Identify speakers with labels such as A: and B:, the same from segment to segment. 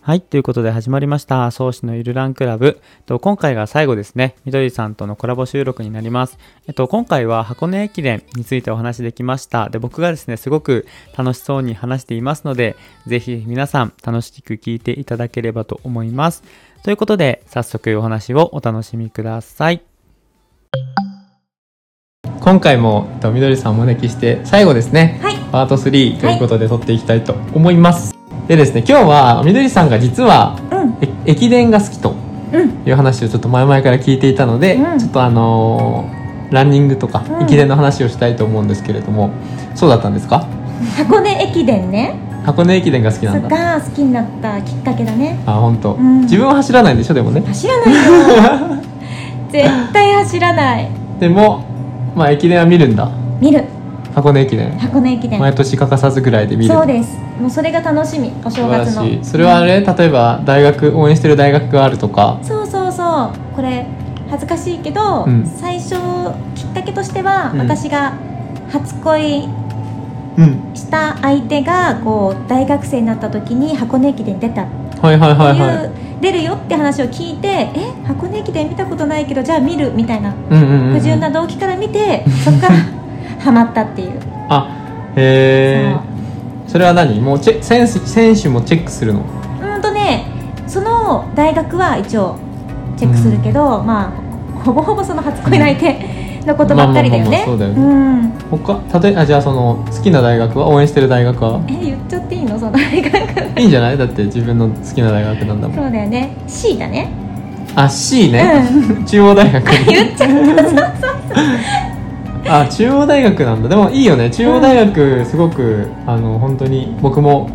A: はい。ということで始まりました。創始のゆるランクラブ。えっと今回が最後ですね。みどりさんとのコラボ収録になります。えっと、今回は箱根駅伝についてお話しできました。で、僕がですね、すごく楽しそうに話していますので、ぜひ皆さん楽しく聞いていただければと思います。ということで、早速お話をお楽しみください。今回も、えっと、みどりさんをお招きして、最後ですね、
B: はい
A: パート3ということで撮っていきたいと思います。でですね、今日はみどりさんが実は
B: うん
A: え駅伝が好きと
B: うん
A: いう話をちょっと前々から聞いていたので、
B: うん
A: ちょっとあのーランニングとか
B: うん
A: 駅伝の話をしたいと思うんですけれども、そうだったんですか
B: 箱根駅伝ね
A: 箱根駅伝が好きなんだ
B: が好きになったきっかけだね
A: あ本当、
B: うん
A: 自分は走らないんでしょでもね
B: 走らないよ 絶対走らない
A: でもまあ駅伝は見るんだ
B: 見る
A: 箱根駅伝
B: 箱根駅伝
A: 毎年欠かさずぐらいで見る
B: そうですもうそれが楽しみお
A: 素
B: 正
A: 晴ら
B: 月
A: しい
B: の
A: それはあれ例えば大学応援してる大学があるとか
B: そうそうそうこれ恥ずかしいけど、
A: うん
B: 最初きっかけとしては、
A: うん
B: 私が初恋
A: うん
B: した相手がこう大学生になった時に箱根駅伝出た
A: はいはいはい
B: いう、
A: はい
B: 出るよって話を聞いてえ箱根駅伝見たことないけどじゃあ見るみたいな
A: うんうんうん、
B: 不純な動機から 見てそこからハマったっていう
A: あへえそれは何もうチェ選手選手もチェックするの
B: うんとねその大学は一応チェックするけど、まあほぼほぼその初恋の相手のことばっかりだよね
A: まあまあまあまあそうだよね
B: うん
A: 他例えあじゃあその好きな大学は応援してる大学は
B: え言っちゃっていいのその大学そう
A: いいんじゃないだって自分の好きな大学なんだもん
B: だよね C だね
A: あ C ね、中央大学
B: うん言っちゃったそうそう
A: あ中央大学なんだでもいいよね中央大学すごく、あの本当に僕も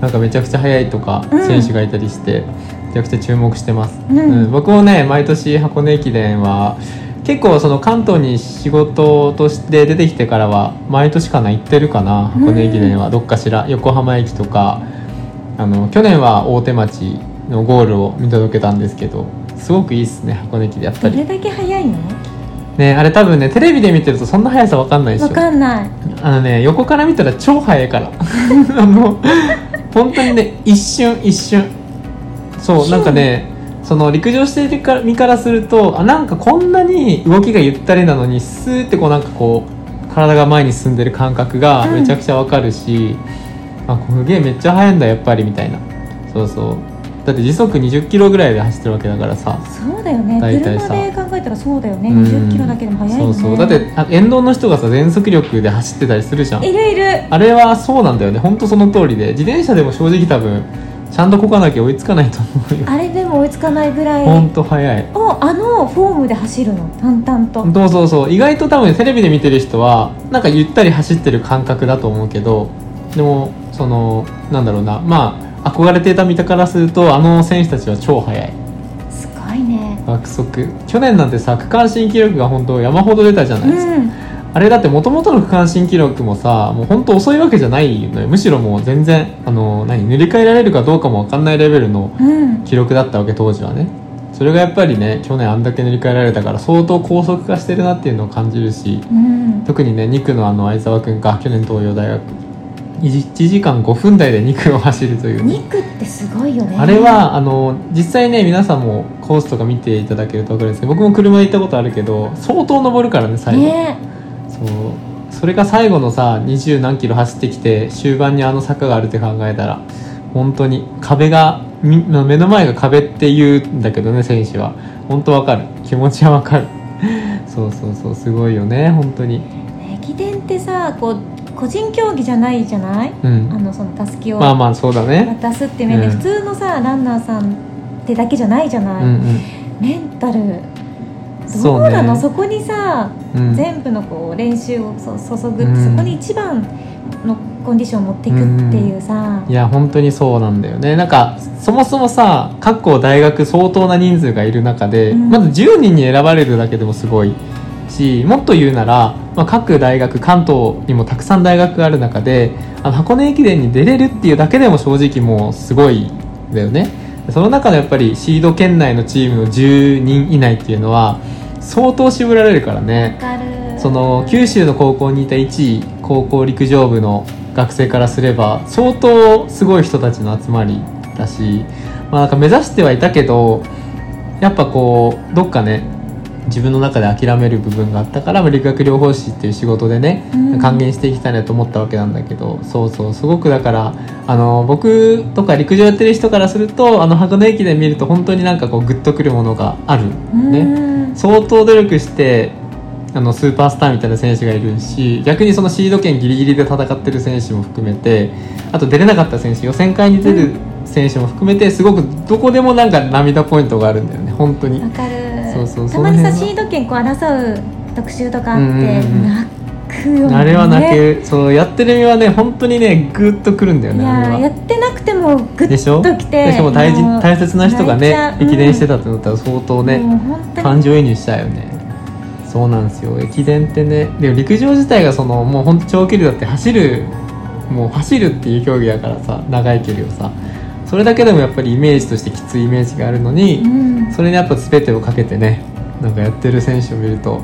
A: なんかめちゃくちゃ速いとか
B: うん
A: 選手がいたりして、めちゃくちゃ注目してます、
B: うん
A: 僕もね毎年箱根駅伝は結構その関東に仕事として出てきてからは毎年かな行ってるかな箱根駅伝はどっかしら横浜駅とかあの去年は大手町のゴールを見届けたんですけどすごくいいですね箱根駅伝やっぱ
B: どれ
A: り
B: だけ早いの
A: ねあれ多分ねテレビで見てるとそんな速さわかんないでしょ
B: わかんない
A: あのね横から見たら超速いから あの本当にね一瞬一瞬そう
B: 瞬
A: なんかねその陸上してるから身からするとあなんかこんなに動きがゆったりなのにスーってこうなんかこう体が前に進んでる感覚が
B: うん
A: めちゃくちゃわかるし、あこれすげえめっちゃ速いんだやっぱりみたいなそうそうだって時速20キロぐらいで走ってるわけだからさ
B: そうだよね
A: 大体さ
B: 車で考えたらそうだよね
A: うん
B: 20キロだけでも早いよね
A: そうそうだってあ沿道の人がさ全速力で走ってたりするじゃん
B: いるいる
A: あれはそうなんだよね本当その通りで自転車でも正直多分ちゃんとこかなきゃ追いつかないと思うよ
B: あれでも追いつかないぐらい
A: 本当速い
B: をあのフォームで走るの淡々と
A: そうそうそう意外と多分テレビで見てる人はなんかゆったり走ってる感覚だと思うけどでもそのなんだろうなまあ憧れていた見たからするとあの選手たちは超速い
B: すごいね
A: 爆速去年なんてさ区間新記録が本当山ほど出たじゃ
B: う
A: ないですか、
B: ん
A: あれだって元々の区間新記録もさもう本当遅いわけじゃないのよむしろもう全然あの何塗り替えられるかどうかも分かんないレベルの
B: うん
A: 記録だったわけ当時はねそれがやっぱりね去年あんだけ塗り替えられたから相当高速化してるなっていうのを感じるし
B: うん
A: 特にね2区のあの相澤君か去年東洋大学1時間5分台で2区を走るというね、
B: 肉ってすごいよね
A: あれはあの実際ね皆さんもコースとか見ていただけると分かるんですけど僕も車で行ったことあるけど相当登るからね最後、
B: ね
A: そうそれが最後のさ二十何キロ走ってきて終盤にあの坂があるって考えたら本当に壁がみ目の前が壁って言うんだけどね選手は本当わかる気持ちはわかるそうそうそうすごいよね本当に
B: 駅伝ってさこう個人競技じゃないじゃない
A: うん
B: あのそのたすきを
A: まあまあそうだね
B: 渡すって面で、
A: うん
B: 普通のさランナーさんってだけじゃないじゃ
A: う
B: ない、
A: んうん
B: メンタルど
A: そううね
B: なのそ,、こにさ、
A: うん
B: 全部のこう練習をそ注ぐって、
A: うん
B: そこに一番のコンディションを持っていくっていうさ、
A: いや本当にそうなんだよねなんかそもそもさ各校大学相当な人数がいる中で、
B: うん
A: まず10人に選ばれるだけでもすごいしもっと言うなら、まあ、各大学関東にもたくさん大学がある中であの箱根駅伝に出れるっていうだけでも正直もうすごいんだよねその中でやっぱりシード圏内のチームの10人以内っていうのは相当絞られるからね
B: わかる
A: その九州の高校にいた1位高校陸上部の学生からすれば相当すごい人たちの集まりだしまあ、なんか目指してはいたけどやっぱこうどっかね自分の中で諦める部分があったからまあ理学療法士っていう仕事でね、
B: うん
A: 還元していきたいなと思ったわけなんだけどそうそうすごくだからあの僕とか陸上やってる人からするとあの箱根駅伝見ると本当になんかこうグッとくるものがあるね。
B: うん
A: 相当努力してあのスーパースターみたいな選手がいるし逆にそのシード権ギリギリで戦ってる選手も含めてあと出れなかった選手予選会に出る選手も含めてすごくどこでもなんか涙ポイントがあるんだよね本当に
B: わかる
A: そうそう
B: たまにさ
A: その
B: シー
A: 辺
B: ド権こう争う特集とかあって
A: うんうんうん
B: 泣くよね
A: あれは泣けるそうやってる身はね本当にねグッとくるんだよ
B: い
A: ねあれ
B: や
A: は
B: ーやってなくてもグッ
A: でしょ
B: ときて
A: でしかも大事
B: もう
A: 大切な人がね
B: 泣いちゃう
A: 駅伝してたってなったら相当ね、
B: もう本当
A: 感
B: に
A: 情移入しちゃうよねそうなんですよ駅伝ってねでも陸上自体がそのもうほんと長距離だって走るもう走るっていう競技だからさ長い距離をさそれだけでもやっぱりイメージとしてきついイメージがあるのに、
B: うん
A: それにやっぱ全てをかけてねなんかやってる選手を見ると、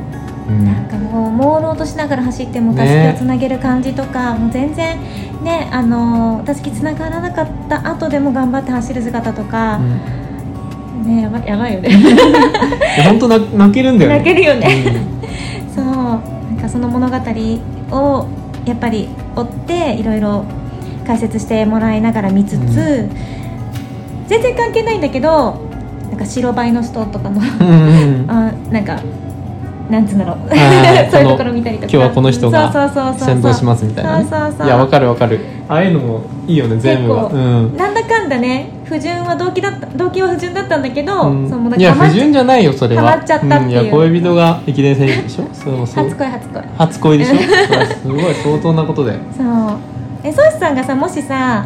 A: うん
B: なんかもう朦朧としながら走ってもたすき
A: ね
B: をつなげる感じとか、もう全然ねあのーたすきつながらなかった後でも頑張って走る姿とか、
A: うん
B: ねやばやばいよね
A: いや、ほんと泣泣けるんだよね
B: 泣けるよね
A: ね、
B: そうなんかその物語をやっぱり追っていろいろ解説してもらいながら見つつ、
A: うん
B: 全然関係ないんだけどなんか白バイの人とかの
A: うんうんうん
B: あなんかなんつうんだろう
A: ー
B: そういうところ見たりとか
A: 今日はこの人が
B: そうそうそうそう
A: 先導しますみたいな、ね、
B: そうそうそう
A: いやわかるわかるああいうのもいいよね全部が、
B: 結構
A: うん、
B: なんだかんだね不純は動機だった動機は不純だったんだけど、
A: うん
B: その
A: いや
B: 黙っ
A: 不純じゃないよそれは
B: ハマっちゃったっていう
A: いや恋人が駅伝選手でしょそうそう
B: 初恋初恋
A: 初恋でしょそうすごい相当なことで
B: そうえソースさんがさもしさ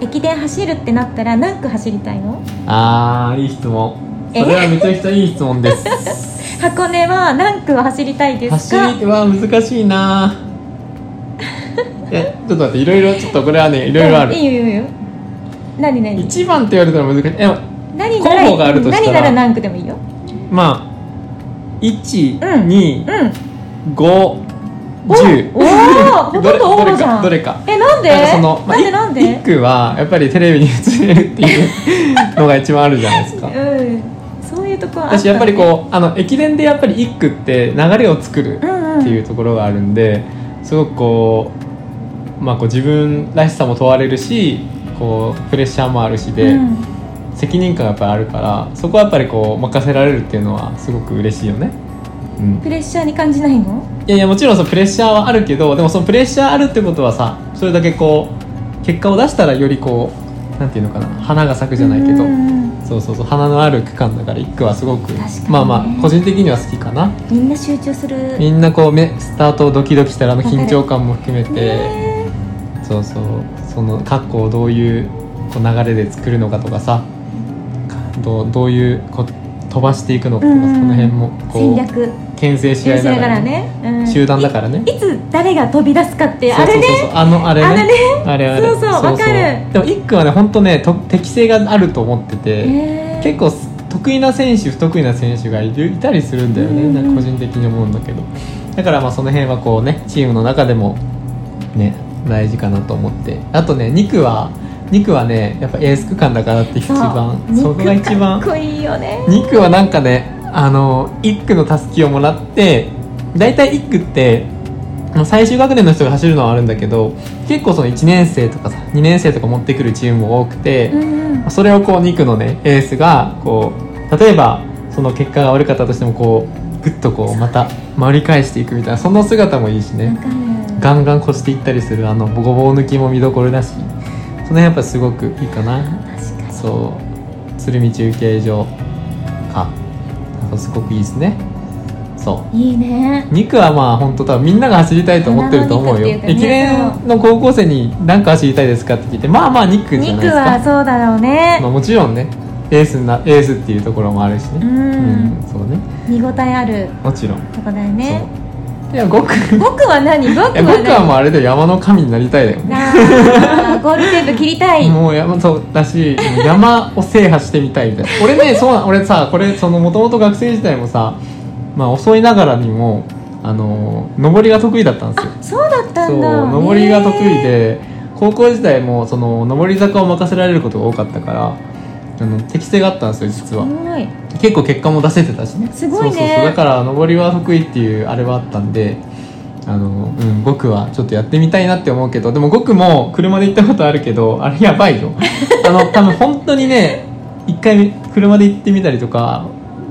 B: 駅伝走るってなったら何区走りたいの
A: あーいい質問それはめちゃくちゃいい質問です
B: 箱根は何区を走りたいです
A: 走
B: か
A: りは難しいな えちょっと待っていろいろちょっとこれはねいろいろある
B: うんいいよいいよいいよ何何
A: 一番って言われたら難しいえ
B: 何なら
A: 候補があるとしたら
B: 何なら何区でもいいよ
A: まあ
B: うん
A: 12510、
B: うんお
A: 10
B: おおほとんど応募じゃん
A: どれかどれか
B: えなんで
A: なんかその、まあ、
B: なんでなん
A: い一
B: で
A: 区はやっぱりテレビに映れるっていうのが一番あるじゃないですか
B: うんそういうとこはあたね
A: 私やっぱりこうあの駅伝でやっぱり一区って流れを作る
B: うんうん
A: っていうところがあるんで、すごくこう,、まあ、こう自分らしさも問われるしこうプレッシャーもあるしで、
B: うん
A: 責任感がやっぱりあるからそこはやっぱりこう任せられるっていうのはすごく嬉しいよね。うん
B: プレッシャーに感じないの
A: いやいやもちろんそのプレッシャーはあるけどでもそのプレッシャーあるってことはさそれだけこう結果を出したらよりこうなんていうのかな花が咲くじゃないけど
B: うんうん
A: そうそうそう花のある区間だから一区はすごく、
B: 確かにね
A: まあまあ個人的には好きかな
B: みんな集中する
A: みんなこう目スタートをドキドキしたらあの
B: わかる
A: 緊張感も含めて
B: ね
A: そうそうその括弧をどういうこう流れで作るのかとかさどうどういうこう飛ばしていくのかとか
B: うんうん
A: その辺もこ
B: 戦
A: う
B: 略
A: 牽制し合い
B: し
A: な
B: な
A: が
B: が
A: ら
B: ら
A: ね
B: ね、うん
A: 集団だからね
B: いいつ誰が飛び出すかって
A: そう
B: あれね
A: そうそうそうあのあれね
B: あれね
A: あれあれ
B: そうそうわかる
A: でも一区はね本当ねと適性があると思ってて、
B: へー
A: 結構得意な選手不得意な選手がいるいたりするんだよね、
B: うんうん
A: なんか個人的に思うんだけどだからまあその辺はこうねチームの中でもね大事かなと思ってあとね2区は2区はねやっぱエース区間だからって一番
B: そう
A: そこが一番
B: 肉かっこいいよね
A: 2区はなんかねあの1区のたすきをもらって大体1区ってまあ最終学年の人が走るのはあるんだけど結構その1年生とかさ2年生とか持ってくるチームも多くて、
B: うん
A: それをこう2区のねエースがこう例えばその結果が悪かったとしてもこうグッとこうまた回り返していくみたいなその姿もいいし
B: うん
A: ね
B: わかる
A: ガンガン越していったりするあのごぼう抜きも見どころだしその辺やっぱすごくいいかな。
B: 確かに
A: そう鶴見中継所かなんかすごくいいですねそ
B: いいね
A: う2区はまあ本当多分みんなが走りたいと思ってると思うよ、
B: 花の二区っていう
A: 駅
B: かね
A: 伝の高校生に何か走りたいですかって聞いてまあまあ2区じゃな
B: 肉
A: いです
B: は
A: か、
B: そうだろう
A: ま
B: ね
A: あ、もちろんねエースなエースっていうところもあるし
B: う
A: ね
B: ん
A: うんそうね
B: 見応えある
A: もちろん、
B: とこだよね
A: そういや5区
B: 僕は何僕は
A: いや5区はもう
B: 何
A: あれで山の神になりたいだよ
B: あーゴールテープ切りたい
A: もう山そうだしもう山を制覇してみたいみたいな 俺ねそうな俺さこれそのもともと学生時代もさまあ遅いながらにもあの登りが得意だったんですよ
B: そうだった
A: そうん
B: だ
A: 登りが得意
B: へ
A: で高校時代もその登り坂を任せられることが多かったからあの適性があったんですよ実は
B: ごい
A: 結構結果も出せてたしね
B: すごいね
A: そうそうそうだから上りは得意っていうあれはあったんであの、うん、5区はちょっとやってみたいなって思うけどでも5区も車で行ったことあるけどあれやばい よあの多分本当にね一回車で行ってみたりとか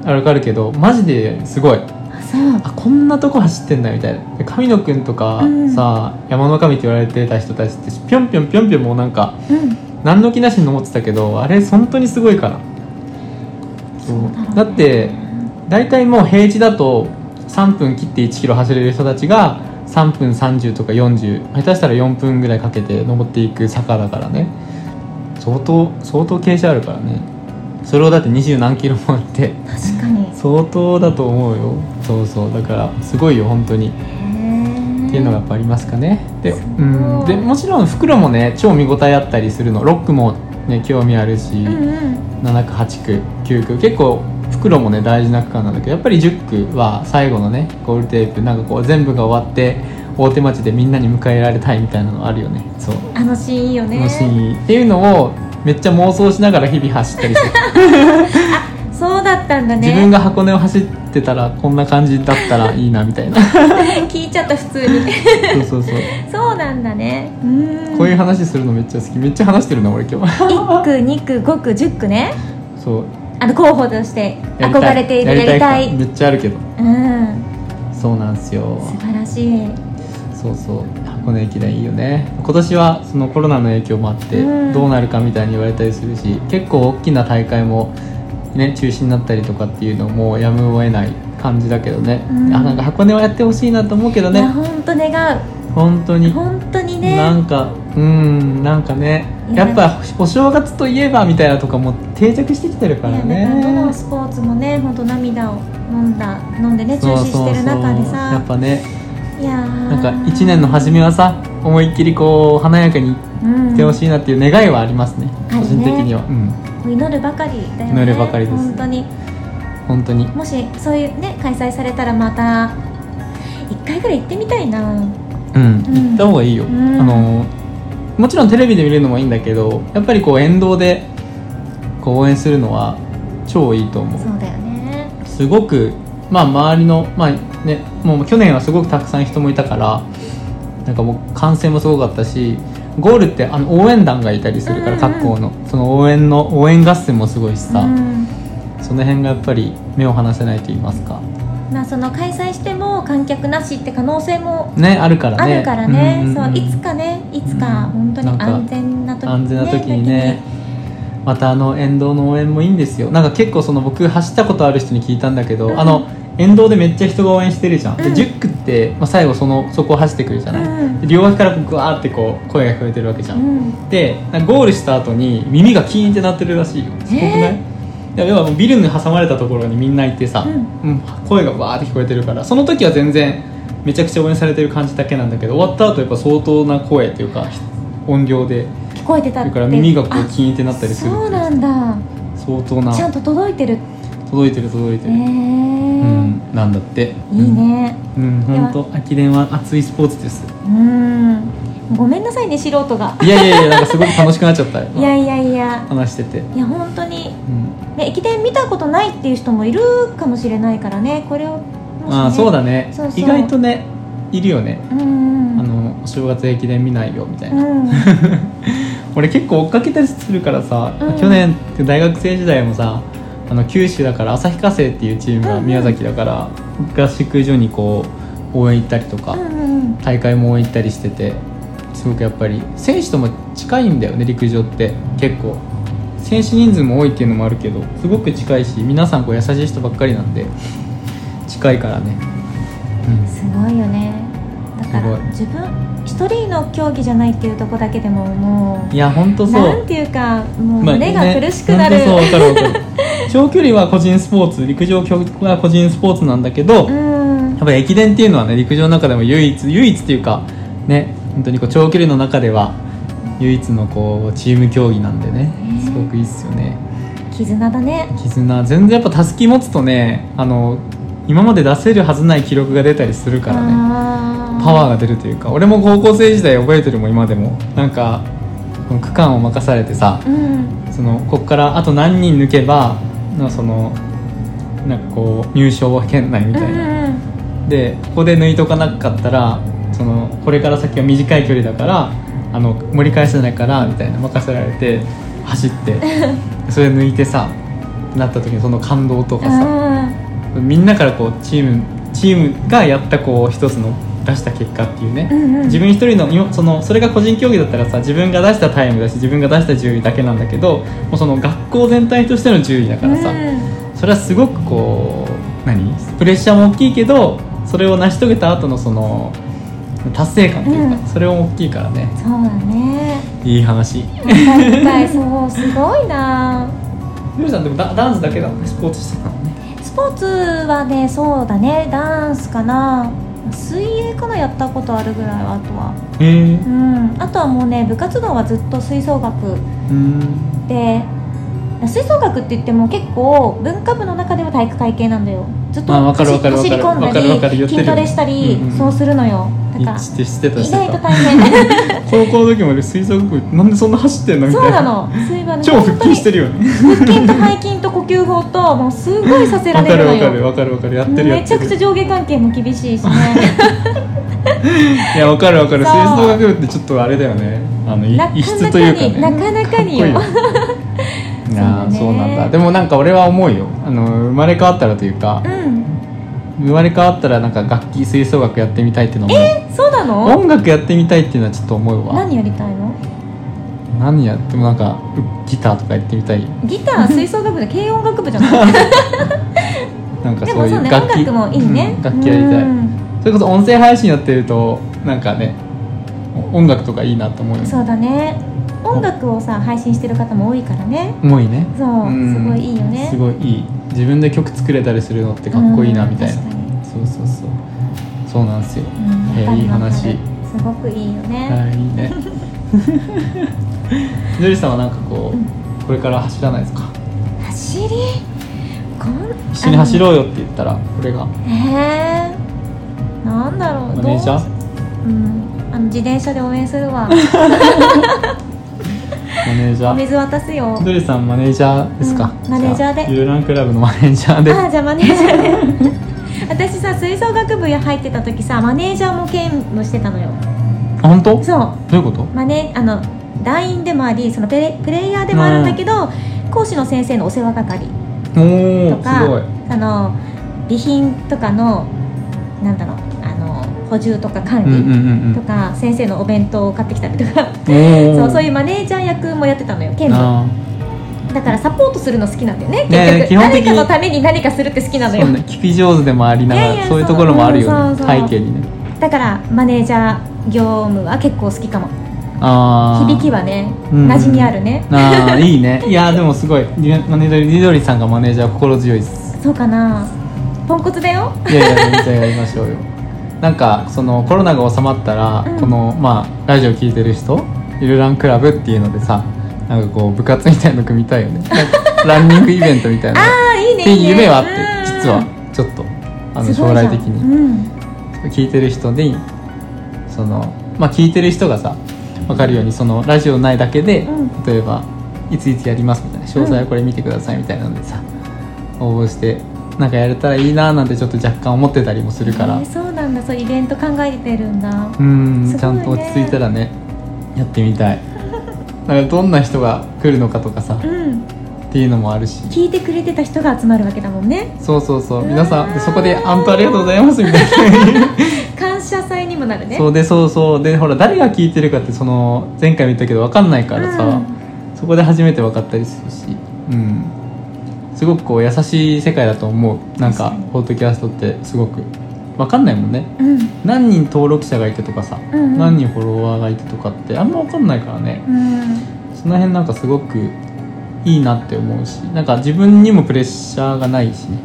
A: あるかあるけどマジですごい
B: あそう
A: あこんなとこ走ってんだみたいなで神野くんとか
B: うん
A: さ、山の神って言われてた人たちってぴょんぴょんぴょんぴょんもうなんか
B: うん
A: 何の気なしに登ってたけどあれ本当にすごいからそう
B: だろうね
A: だって大体もう平地だと3分切って1キロ走れる人たちが3分30とか40下手したら4分ぐらいかけて登っていく坂だからね相当相当傾斜あるからねそれをだって二十何キロもあって
B: 確かに
A: 相当だと思うよそうそうだからすごいよ本当にっていうのがやっぱありますかね。で,、うん、でもちろん袋もね超見応えあったりするの6区も、ね、興味あるし、
B: うんうん
A: 7区8区9区結構袋もね大事な区間なんだけどやっぱり10区は最後のねゴールテープなんかこう全部が終わって大手町でみんなに迎えられたいみたいなのあるよね。そう
B: あのシーンいいよね
A: このシーンっていうのをめっちゃ妄想しながら日々走ったりする、
B: そうだったんだね
A: 自分が箱根を走ってたらこんな感じだったらいいなみたいなそ
B: 聞いちゃった普通に
A: うそうそう
B: そうなんだねうん
A: こういう話するのめっちゃ好きめっちゃ話してるな俺今日
B: 1区2区5区10区ね
A: そう
B: あの候補として
A: やりた
B: 憧れているやりたい
A: 感めっちゃあるけど
B: うん
A: そうなんですよ
B: 素晴らしい
A: そうそう箱根駅伝いいよね今年はそのコロナの影響もあって
B: うん
A: どうなるかみたいに言われたりするし結構大きな大会もね中止になったりとかっていうのもやむを得ない感じだけどね、
B: うん
A: あなんか箱根はやってほしいなと思うけど
B: いや
A: ね
B: 本当願
A: 本当
B: う
A: に
B: 本当に
A: な
B: ね
A: んかうんなんかね
B: いや
A: やっぱお正月といえばみたいなとかも定着してきてる
B: い
A: か
B: や
A: ら
B: だからどの
A: ね
B: スポーツもね本当涙を飲んだ飲んでね中
A: そう
B: 止
A: そうそう
B: してる中で
A: や
B: さ
A: っぱね
B: いや
A: なん
B: な
A: か1年の初めはさ思いっきりこう華やかにいってほしいなっていう願いはありますね、
B: あるね
A: 個人的には、うん、
B: 祈るばかりだよね
A: 祈るばかりです
B: 本当に
A: 本当に
B: もしそういうね開催されたらまた1回ぐらい行ってみたいな
A: うん、
B: うん
A: 行った方がいいよ、
B: うん
A: あのもちろんテレビで見るのもいいんだけどやっぱりこう沿道でこう応援するのは超いいと思
B: そうだよね
A: うすごくまあ周りのまあねもう去年はすごくたくさん人もいたからなんかもう歓声もすごかったしゴールってあの応援団がいたりするから、
B: うん
A: 各校のその応援の応援合戦もすごいしさ、
B: うん
A: その辺がやっぱり目を離せないと言いますか
B: まあその開催しても観客なしって可能性も
A: ねあるから
B: あ
A: ね
B: るからね、
A: んんん
B: そういつかねいつか本当に
A: なんか
B: 安全な時
A: 安全な時にねまたあの沿道の応援もいいんですよなんか結構その僕走ったことある人に聞いたんだけど、
B: うん
A: あの沿道でめっちゃ人が応援してるじゃん、
B: う
A: で
B: ん
A: 10区って、まあ、最後そのそこを走ってくるじゃない、
B: うん
A: で両脇からこうグワーってこう声が聞こえてるわけじゃ、
B: うんん
A: でなんかゴールした後に耳がキーンって鳴ってるらしいよすごくない、いや要はもうビルに挟まれたところにみんないてさ、
B: う
A: うん声がわーって聞こえてるからその時は全然めちゃくちゃ応援されてる感じだけなんだけど終わった後やっぱ相当な声というか音量で
B: 聞こえてたっ
A: だ
B: て
A: から耳がこ
B: あ
A: うキーンってなったりする
B: そうなんだ
A: 相当な
B: ちゃんと届いてる
A: 届いてる届いて
B: え
A: る、う
B: ー
A: んなんだって
B: いいね
A: うん本当秋伝は熱いスポーツです
B: うんごめんなさいね素人が
A: いやいやいやなんかすごく楽しくなっちゃった
B: いやいやいや
A: 話してて
B: いや本当に
A: うん
B: ね駅伝見たことないっていう人もいるかもしれないからねこれをもしね
A: ああそうだね
B: そうそう
A: 意外とねいるよね
B: うんうん
A: あのお正月駅伝見ないよみたいな、
B: うん
A: 俺結構追っかけたりするからさ、
B: うん
A: 去年って大学生時代もさあの九州だから旭化成っていうチーム
B: うん
A: が
B: うん
A: 宮崎だから、合宿所にこう応援行ったりとか、
B: うんうん
A: 大会も応援行ったりしててすごくやっぱり選手とも近いんだよね陸上って結構選手人数も多いっていうのもあるけどすごく近いし皆さんこう優しい人ばっかりなんで近いからね、うん
B: すごいよねだか
A: すご
B: ら
A: い
B: 自分一人の競技じゃないっていうとこだけでももう
A: いやほんとそう
B: なんていうかもう
A: まあ
B: 胸が
A: ね
B: 苦しくなる、
A: 本当そうわかるわかる 長距離は個人スポーツ陸上は個人スポーツなんだけど、
B: う
A: やっ
B: ん
A: ぱり駅伝っていうのはね陸上の中でも唯一唯一っていうかね本当にこう長距離の中では唯一のこうチーム競技なんでね
B: ね
A: すごくいいっすよね
B: 絆だね
A: 絆全然やっぱたすき持つとねあの今まで出せるはずない記録が出たりするからねパワー
B: ー
A: が出るというか俺も高校生時代覚えてるもん今でもなんかこの区間を任されてさ
B: うん
A: そそのここからあと何人抜けばのそのなんかこう入賞は圏内み
B: う
A: たい
B: ん
A: な、
B: うん
A: でここで抜いとかなかったらそのこれから先は短い距離だからあの盛り返せないからみたいな任せられて走って それ抜いてさなった時のその感動とか
B: うん
A: さみんなからこうチームチームがやったこう一つの出した結果っていうね、
B: うんうん
A: 自分一人のよそのそれが個人競技だったらさ自分が出したタイムだし自分が出した順位だけなんだけどもうその学校全体としての順位だからさ、
B: うん
A: それはすごくこう何プレッシャーも大きいけどそれを成し遂げた後のその達成感というか、
B: うん
A: それも大きいからね
B: そうだね
A: いい話
B: 大体そうすごいな
A: ゆうさんでもダダンスだけだねスポーツしてたのね
B: スポーツはねそうだねダンスかな水泳からやったことあるぐらいあとは
A: へえ
B: うんあとはもうね部活動はずっと吹奏楽
A: うん
B: で吹奏楽って言っても結構文化部の中では体育会系なんだよずっと
A: あわか
B: 走
A: る
B: り
A: わかるわかる
B: 走り込
A: わかるわ
B: ん
A: か
B: だ
A: る言
B: り
A: ってる
B: 筋トレしたり、
A: うんうん
B: そうするのよだから
A: してしてた
B: 意
A: して
B: 外と
A: た
B: 大変
A: 高校の時まで水族部なんでそんな走ってんのみた
B: そう
A: いな
B: なの水はね
A: 超腹筋し
B: 本当
A: てる
B: に
A: よね
B: 腹筋と背筋と呼吸法ともうすごいさせら
A: わ
B: れ
A: か
B: る
A: る
B: の
A: わ
B: よ
A: かるわかるわかるやってるや
B: め
A: っ
B: ちゃ
A: て
B: く
A: る
B: ちゃ上下関係も厳しいしね
A: いやわかるわかる
B: そ
A: 吹
B: う
A: 奏楽部ってちょっとあれだよねあのい
B: なかなかに
A: 異質というかね
B: なかなかによ
A: かっこ いいよいやー
B: そうだね
A: そうなんだでもなんか俺は思うよあの生まれ変わったらというか
B: うん
A: 生まれ変わったらなんか楽器吹奏楽やってみたいっていうのも
B: そうなの
A: 音楽やってみたいっていうのはちょっと思うわ
B: 何やりたいの
A: 何やってもなんかうギターとかやってみたい
B: ギター吹奏楽部で軽音楽部じゃない
A: なんか
B: で
A: そ
B: も
A: うい
B: そう
A: う
B: ね
A: 楽
B: 音
A: 器
B: 楽もいいね、
A: うん楽器やりたい
B: うん
A: それこそ音声配信やってるとなんかね音楽とかいいなと思うよね
B: そうだね音楽をさ配信してる方も多いからね
A: もういいね
B: そう、
A: うん
B: すごいいいよね
A: すごいいい自分で曲作れたりするのってかっこいいなみたいな
B: うん確か
A: そうそうそうそうなんですよ
B: にうん
A: いやいい話
B: わかるわかるすごくいいよね、
A: はいいい ねジョリさんはなんかこうこれから走らないですか
B: 走りこん
A: 一緒に走ろうよって言ったらこれが
B: あのえー、なんだろうどう
A: 電車
B: うんあの自転車で応援するわ
A: マネージ
B: お
A: ャー
B: 水渡すよ
A: ドリさんマネージャーですか、
B: うんマネージャーで
A: じゃあユーランクラブのマネージャーで
B: ああじゃあマネージャーで 私さ吹奏楽部入ってた時さマネージャーも兼務してたのよ
A: 本当ど
B: そう
A: ういうこと
B: マネあの団員でもありそのプレプレイヤーでもあるんだけど、講師の先生のお世話係
A: お
B: と
A: お
B: か
A: すごい
B: あの備品とかのなんだろうあの補充とか管
A: うんうんう
B: 理
A: ん
B: とか、先生のお弁当を買ってきたりとか
A: うん
B: そうそういううマネージャー役もやってたのよ兼務
A: あ
B: だからサポートするの好きなんだよね
A: ね
B: 結
A: 基
B: 局
A: 本的に
B: 誰かのために何かするって好きな
A: ー
B: のよ
A: そうね聞き上手でもありながら
B: いやいや
A: そういうところもあるよね
B: そうそうそう
A: 背景にね
B: だからマネージャー業務は結構好きかも
A: ああ
B: 響きはね
A: うん
B: 馴染みあるね
A: ああいいねいやーでもすごいリマネージャーリドリさんがマネージャー心強いです
B: そうかなポンコツだよ
A: いやいや全然やりましょうよなんかそのコロナが収まったら、
B: うん
A: このまあラジオ聞いてる人ゆるランクラブっていうのでさなんかこう部活みたいの組みたいよねなんかランニングイベントみた いなっ
B: ああいいね
A: て
B: いい
A: いう
B: ね
A: 夢はあって
B: うん
A: 実はちょっとあの
B: すご
A: 将
B: いじ
A: 来
B: ゃん
A: 的に
B: うん
A: 聞いてる人にそのまあ聞いてる人がさ分かるようにそのラジオ内だけで、
B: うん
A: 例えばいついつやりますみたいな詳細はこれ見てくださいみたいなのでさ、応募してなんかやれたらいいなーなんてちょっと若干思ってたりもするから、
B: えーそうなんだそうイベント考えてるんだ
A: うん、
B: すごいね
A: ちゃんと落ち着いたらねやってみたいなんかどんな人が来るのかとかさ
B: うん
A: っていうのもあるし
B: 聞いてくれてた人が集まるわけだもんね
A: そうそうそう
B: うわー
A: 皆さんでそこで「アンプありがとうございます」みたいな
B: 感謝祭にもなるね
A: そうでそうそうでほら誰が聞いてるかってその前回も言ったけど分かんないからさ、
B: うん
A: そこで初めて分かったりするしうんすごくこう優しい世界だと思うなんか
B: 確かに
A: ポッドキャストってすごく分かんないもんね
B: うん
A: 何人登録者がいてとかさ、
B: うんうん
A: 何人フォロワーがいてとかってあんま分かんないからね
B: うん
A: その辺なんかすごくいいなって思うしなんか自分にもプレッシャーがないしね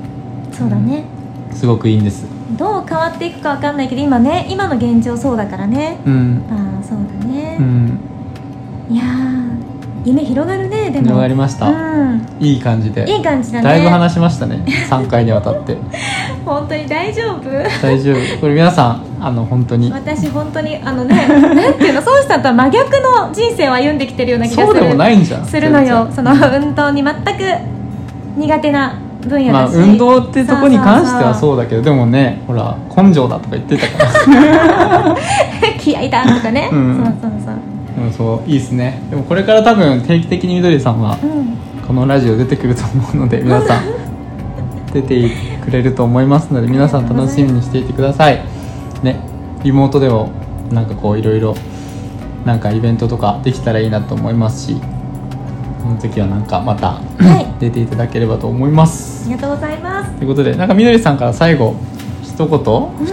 B: そうだね
A: すごくいいんです
B: どう変わっていくかわかんないけど今ね今の現状そうだからね
A: うん
B: ああそうだね
A: うん
B: いやー夢広がるねでも
A: 広がりました、
B: うん
A: いい感じで
B: いい感じだね
A: だいぶ話しましたね3回にわたって
B: 本当に大丈夫
A: 大丈夫これ皆さんあの本当に
B: 私本当にあのねなんていうのそうしたさんとは真逆の人生を歩んできてるような気がする
A: そうでもないんじゃん
B: するのよその運動に全く苦手な分野
A: ま
B: だ
A: あ
B: し、
A: 運動ってとこに関しては
B: う
A: そうだけどでもねほら根性だとか言ってたから
B: そう そう気合いだとかね、
A: うん
B: そうそうそう
A: でもそういいですねでもこれから多分定期的にみどりさんは
B: うん
A: このラジオ出てくると思うので皆さん出てくれると思いますので皆さん楽しみにしていてくださいねリモートでもなんかこういろいろなんかイベントとかできたらいいなと思いますしその時はなんかまた
B: はい
A: 出ていただければと思います
B: ありがとうございます
A: ということでなんかみどりさんから最後一言二言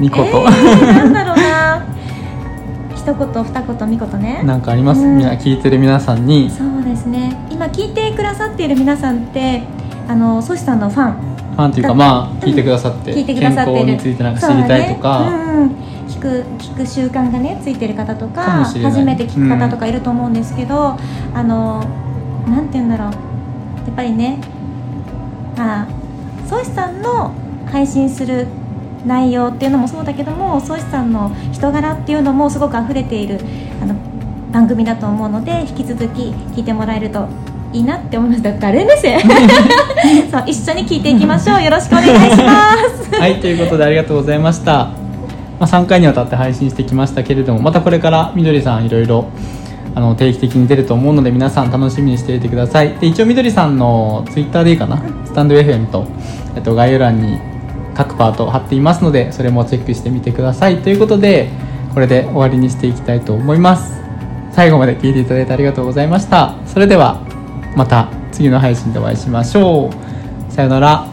A: 二言、
B: えー、なんだろうな一言二言三言ね
A: なんかあります、
B: うん
A: みんな聞いてる皆さんに
B: そうですね今聞いてくださっている皆さんってあのソシさんのファン
A: ファンというかまあ聞いてくださって
B: 聞いてくださってる
A: 健康についてなんか知りたいと
B: そうだ
A: か
B: ねうん聞く聞く習慣がねついてる方とか
A: かもしれない
B: 初めて聞く方とかいると思うんですけど、あのなんて言うんだろうやっぱりねあソシさんの配信する内容っていうのもそうだけどもソシさんの人柄っていうのもすごく溢れているあの番組だと思うので引き続き聞いてもらえるといいなって思いますだ誰目 線そう一緒に聞いていきましょうよろしくお願いしま す
A: はいということでありがとうございました、まあ、3回にわたって配信してきましたけれどもまたこれからみどりさんいろいろあの定期的に出ると思うので皆さん楽しみにしていてくださいで一応みどりさんのツイッターでいいかなスタンド FM と、えっと、概要欄に各パート貼っていますのでそれもチェックしてみてくださいということでこれで終わりにしていきたいと思います最後まで聞いていただいてありがとうございましたそれではまた次の配信でお会いしましょうさようなら